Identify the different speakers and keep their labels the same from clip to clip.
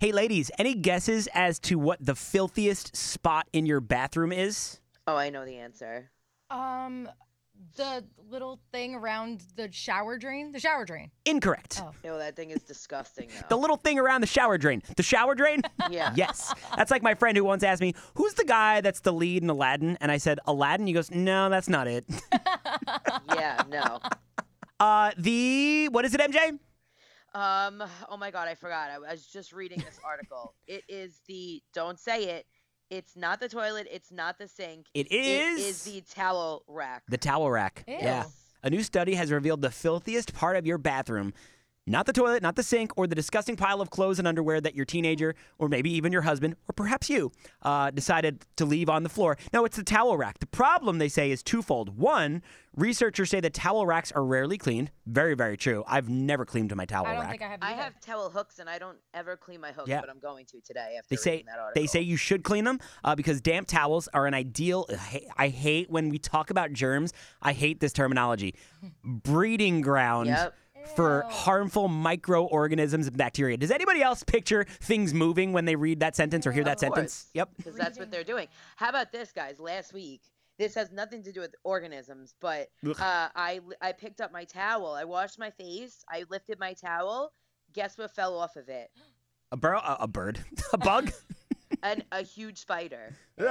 Speaker 1: Hey, ladies, any guesses as to what the filthiest spot in your bathroom is?
Speaker 2: Oh, I know the answer.
Speaker 3: Um, the little thing around the shower drain. The shower drain.
Speaker 1: Incorrect.
Speaker 3: Oh.
Speaker 2: No, that thing is disgusting. Though.
Speaker 1: The little thing around the shower drain. The shower drain?
Speaker 2: Yeah.
Speaker 1: Yes. That's like my friend who once asked me, Who's the guy that's the lead in Aladdin? And I said, Aladdin. He goes, No, that's not it.
Speaker 2: yeah, no.
Speaker 1: Uh, the, what is it, MJ?
Speaker 2: Um. Oh my God, I forgot. I was just reading this article. it is the. Don't say it. It's not the toilet. It's not the sink.
Speaker 1: It
Speaker 2: It
Speaker 1: is-
Speaker 2: is the towel rack.
Speaker 1: The towel rack.
Speaker 3: Ew.
Speaker 1: Yeah. A new study has revealed the filthiest part of your bathroom. Not the toilet, not the sink, or the disgusting pile of clothes and underwear that your teenager, or maybe even your husband, or perhaps you, uh, decided to leave on the floor. No, it's the towel rack. The problem, they say, is twofold. One, researchers say that towel racks are rarely cleaned. Very, very true. I've never cleaned my towel
Speaker 3: I don't
Speaker 1: rack.
Speaker 3: think I have.
Speaker 2: I
Speaker 3: either.
Speaker 2: have towel hooks, and I don't ever clean my hooks,
Speaker 1: Yeah.
Speaker 2: but I'm going to today after
Speaker 1: They say
Speaker 2: reading that article.
Speaker 1: they say you should clean them uh, because damp towels are an ideal. I hate- I hate when we talk about germs. I hate this terminology. Breeding ground
Speaker 2: Yep.
Speaker 1: for harmful microorganisms and bacteria. Does anybody else picture things moving when they read that sentence or hear that
Speaker 2: Of
Speaker 1: sentence?
Speaker 2: course.
Speaker 1: Yep.
Speaker 2: because that's what they're doing. How about this, guys? Last week, this has nothing to do with organisms, but uh,
Speaker 1: Ugh.
Speaker 2: I li- I picked up my towel. I washed my face. I lifted my towel. Guess what fell off of it?
Speaker 1: A, bur- a, a bird, a bug.
Speaker 2: An a huge spider. He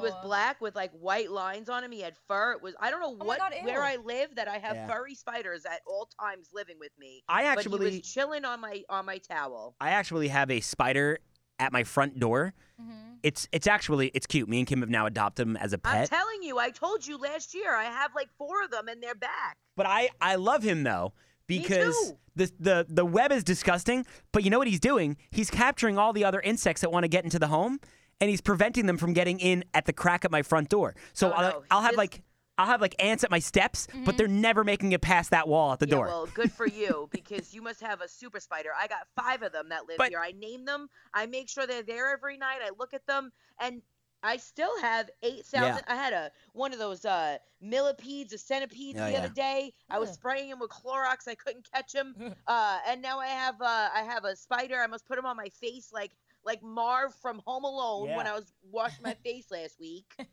Speaker 2: was
Speaker 3: Ew.
Speaker 2: black with like white lines on him. He had fur. It was I don't know
Speaker 3: Oh my
Speaker 2: what
Speaker 3: God, ew.
Speaker 2: where I live that I have
Speaker 1: Yeah.
Speaker 2: furry spiders at all times living with me.
Speaker 1: I
Speaker 2: but he
Speaker 1: actually
Speaker 2: was chilling on my on my towel.
Speaker 1: I actually have a spider at my front door.
Speaker 2: Mm-hmm.
Speaker 3: Mhm.
Speaker 1: It's it's actually it's cute. Me and Kim have now adopted him as a
Speaker 2: I'm
Speaker 1: pet.
Speaker 2: telling you, I told you last year. I have like four of them, and they're back.
Speaker 1: But I I love him though because
Speaker 2: too.
Speaker 1: the the the web is disgusting. But you know what he's doing? He's capturing all the other insects that want to get into the home, and he's preventing them from getting in at the crack at my front door. So
Speaker 2: Oh,
Speaker 1: I'll,
Speaker 2: no.
Speaker 1: I'll have
Speaker 2: This-
Speaker 1: like. I'll have like ants at my steps, but they're never making it past that wall at the
Speaker 2: Yeah,
Speaker 1: door.
Speaker 2: well, good for you because you must have a super spider. I got five of them that live
Speaker 1: But-
Speaker 2: here. I name them. I make sure they're there every night. I look at them, and I still have eight thousand. I had a one of those uh, millipedes, or centipedes
Speaker 1: Oh,
Speaker 2: the
Speaker 1: yeah.
Speaker 2: other day. I was
Speaker 3: Ugh.
Speaker 2: spraying him with Clorox. I couldn't catch him. uh, and now I have uh, I have a spider. I must put him on my face like like Marv from Home Alone when
Speaker 1: Yeah.
Speaker 2: I was washing my face last week.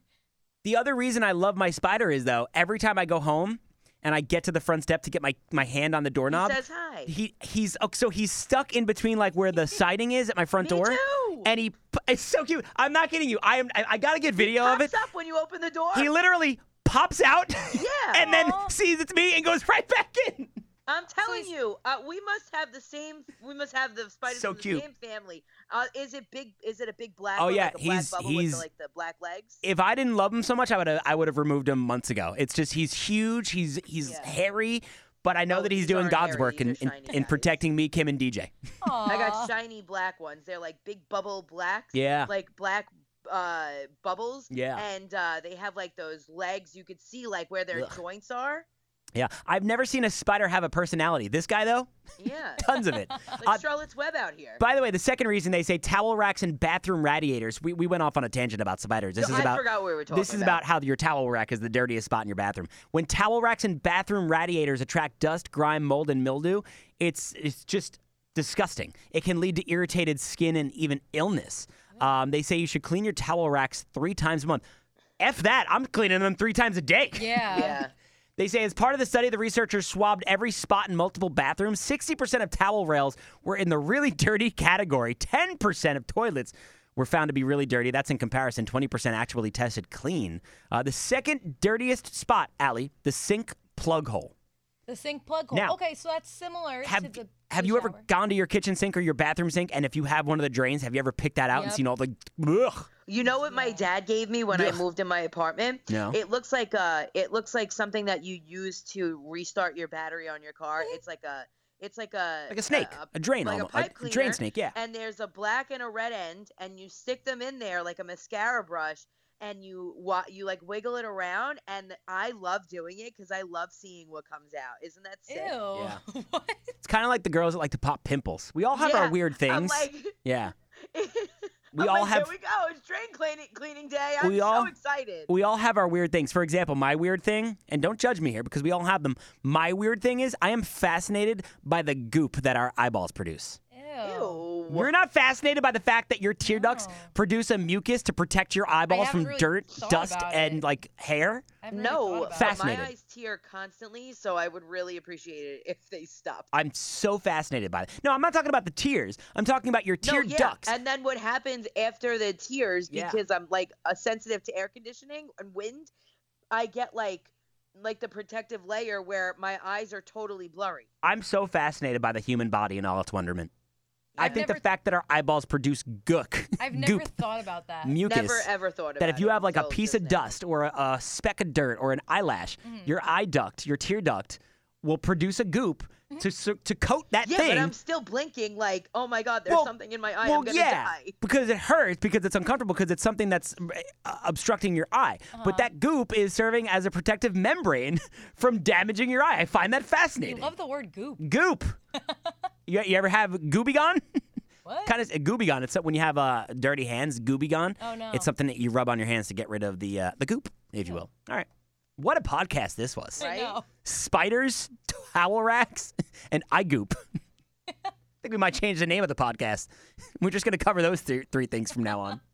Speaker 1: The other reason I love my spider is though, every time I go home and I get to the front step to get my, my hand on the doorknob,
Speaker 2: he says hi.
Speaker 1: he he's oh, so he's stuck in between like where the siding is at my front
Speaker 2: Me
Speaker 1: door,
Speaker 2: too.
Speaker 1: and he p- it's so cute. I'm not kidding you. I am. I, I gotta get video of it.
Speaker 2: Pops up when you open the door.
Speaker 1: He literally pops out
Speaker 2: yeah.
Speaker 1: and then
Speaker 3: Aw.
Speaker 1: sees it's me and goes right back in.
Speaker 2: I'm telling
Speaker 3: he's-
Speaker 2: you, uh, we must have the same. We must have the spiders
Speaker 1: So
Speaker 2: from the
Speaker 1: cute.
Speaker 2: same family. Uh, is it big? Is it a big black?
Speaker 1: Oh,
Speaker 2: one,
Speaker 1: yeah,
Speaker 2: like a
Speaker 1: he's-
Speaker 2: black bubble with
Speaker 1: he's-
Speaker 2: the, like the black legs.
Speaker 1: If I didn't love him so much, I would have I would have removed him months ago. It's just he's huge. He's he's
Speaker 2: Yeah.
Speaker 1: hairy, but I know
Speaker 2: Oh,
Speaker 1: that he's
Speaker 2: these
Speaker 1: doing
Speaker 2: aren't
Speaker 1: God's
Speaker 2: hairy,
Speaker 1: work in,
Speaker 2: these are
Speaker 1: in,
Speaker 2: shiny
Speaker 1: in
Speaker 2: guys.
Speaker 1: protecting me, Kim, and DJ.
Speaker 2: I
Speaker 3: Aw.
Speaker 2: got shiny black ones. They're like big bubble blacks.
Speaker 1: Yeah.
Speaker 2: Like black uh, bubbles.
Speaker 1: Yeah.
Speaker 2: And uh, they have like those legs. You could see like where their
Speaker 1: Ugh.
Speaker 2: joints are.
Speaker 1: Yeah, I've never seen a spider have a personality. This guy though,
Speaker 2: Yeah.
Speaker 1: tons of it.
Speaker 2: like
Speaker 1: Uh,
Speaker 2: Charlotte's Web out here.
Speaker 1: By the way, the second reason they say towel racks and bathroom radiators, we, we went off on a tangent about spiders. This
Speaker 2: No,
Speaker 1: is
Speaker 2: I
Speaker 1: about
Speaker 2: forgot what we were talking
Speaker 1: this is about how your towel rack is the dirtiest spot in your bathroom. When towel racks and bathroom radiators attract dust, grime, mold, and mildew, it's it's just disgusting. It can lead to irritated skin and even illness. Um, they say you should clean your towel racks three times a month. F that. I'm cleaning them three times a day.
Speaker 3: Yeah.
Speaker 2: Yeah.
Speaker 1: They say, as part of the study, the researchers swabbed every spot in multiple bathrooms. 60% of towel rails were in the really dirty category. 10% of toilets were found to be really dirty. That's in comparison, 20% actually tested clean. Uh, the second dirtiest spot, Allie, the sink plug hole.
Speaker 3: The sink plug hole.
Speaker 1: Now-
Speaker 3: okay, so that's similar to
Speaker 1: Have,
Speaker 3: the. the
Speaker 1: have you ever
Speaker 3: shower.
Speaker 1: gone to your kitchen sink or your bathroom sink? And if you have one of the drains, have you ever picked that out and
Speaker 3: Yep.
Speaker 1: seen all the. Ugh.
Speaker 2: You know what my dad gave me when I moved in my apartment?
Speaker 1: No.
Speaker 2: It looks like uh it looks like something that you use to restart your battery on your car. It's like a It's like a
Speaker 1: like a snake, a, drain,
Speaker 2: like a
Speaker 1: almost,
Speaker 2: pipe
Speaker 1: drain
Speaker 2: cleaner.
Speaker 1: snake. Yeah,
Speaker 2: and there's a black and a red end, and you stick them in there like a mascara brush, and you wa- you like wiggle it around, and I love doing it because I love seeing what comes out. Isn't that
Speaker 3: Ew.
Speaker 2: sick?
Speaker 3: what?
Speaker 1: it's kind of like the girls that like to pop pimples. We all have our
Speaker 2: Yeah,
Speaker 1: weird
Speaker 2: I'm
Speaker 1: things.
Speaker 2: like,
Speaker 1: yeah, we
Speaker 2: I'm
Speaker 1: all
Speaker 2: like,
Speaker 1: have
Speaker 2: Here we go. It's drain cleaning cleaning day. I'm
Speaker 1: We
Speaker 2: so
Speaker 1: all-
Speaker 2: excited.
Speaker 1: we all have our weird things. For example, my weird thing, and don't judge me here because we all have them. My weird thing is I am fascinated by the goop that our eyeballs produce.
Speaker 3: Ew.
Speaker 2: Ew.
Speaker 1: You're not fascinated by the fact that your tear ducts
Speaker 3: No.
Speaker 1: produce a mucus to protect your eyeballs from
Speaker 3: haven't really
Speaker 1: dirt,
Speaker 3: thought
Speaker 1: dust,
Speaker 3: about
Speaker 1: and
Speaker 3: it.
Speaker 1: like hair.
Speaker 3: I haven't really thought
Speaker 2: No,
Speaker 3: about it.
Speaker 2: but my
Speaker 1: Fascinated.
Speaker 2: eyes tear constantly, so I would really appreciate it if they stopped.
Speaker 1: I'm so fascinated by it. No, I'm not talking about the tears. I'm talking about your tear
Speaker 2: no, yeah.
Speaker 1: ducts.
Speaker 2: And then what happens after the tears,
Speaker 1: Yeah.
Speaker 2: because I'm like uh, sensitive to air conditioning and wind, I get like like the protective layer where my eyes are totally blurry.
Speaker 1: I'm so fascinated by the human body and all its wonderment. i
Speaker 3: I've
Speaker 1: think the
Speaker 3: never-
Speaker 1: fact that our eyeballs produce gook,
Speaker 3: I've never
Speaker 1: goop,
Speaker 3: thought about that.
Speaker 1: mucus,
Speaker 2: Never ever thought about
Speaker 1: that if you
Speaker 2: it
Speaker 1: have like a
Speaker 2: until
Speaker 1: piece
Speaker 2: just
Speaker 1: of
Speaker 2: now. Mm-hmm.
Speaker 1: dust or a, a speck of dirt or an eyelash, your eye duct, your tear duct, will produce a goop to s to coat that
Speaker 2: Mm-hmm. Yeah,
Speaker 1: thing.
Speaker 2: but I'm still blinking like, oh my god, there's
Speaker 1: Well-
Speaker 2: something in my eye.
Speaker 1: well,
Speaker 2: I'm gonna
Speaker 1: yeah,
Speaker 2: die.
Speaker 1: because it hurts, because it's uncomfortable, because it's something that's uh, obstructing your eye.
Speaker 2: Uh-huh.
Speaker 1: But that goop is serving as a protective membrane from damaging your eye. I find that
Speaker 3: You
Speaker 1: fascinating.
Speaker 3: love the word goop.
Speaker 1: goop. you, you ever have gooby gone?
Speaker 3: What?
Speaker 1: kind of gooby gone. It's when you have uh, dirty hands, gooby gone.
Speaker 3: Oh, no.
Speaker 1: It's something that you rub on your hands to get rid of the uh, the goop, if you will. All right. What a podcast this was.
Speaker 3: I
Speaker 2: right?
Speaker 3: know.
Speaker 1: Spiders, towel racks, and eye goop. I think we might change the name of the podcast. We're just going to cover those th- three things from now on.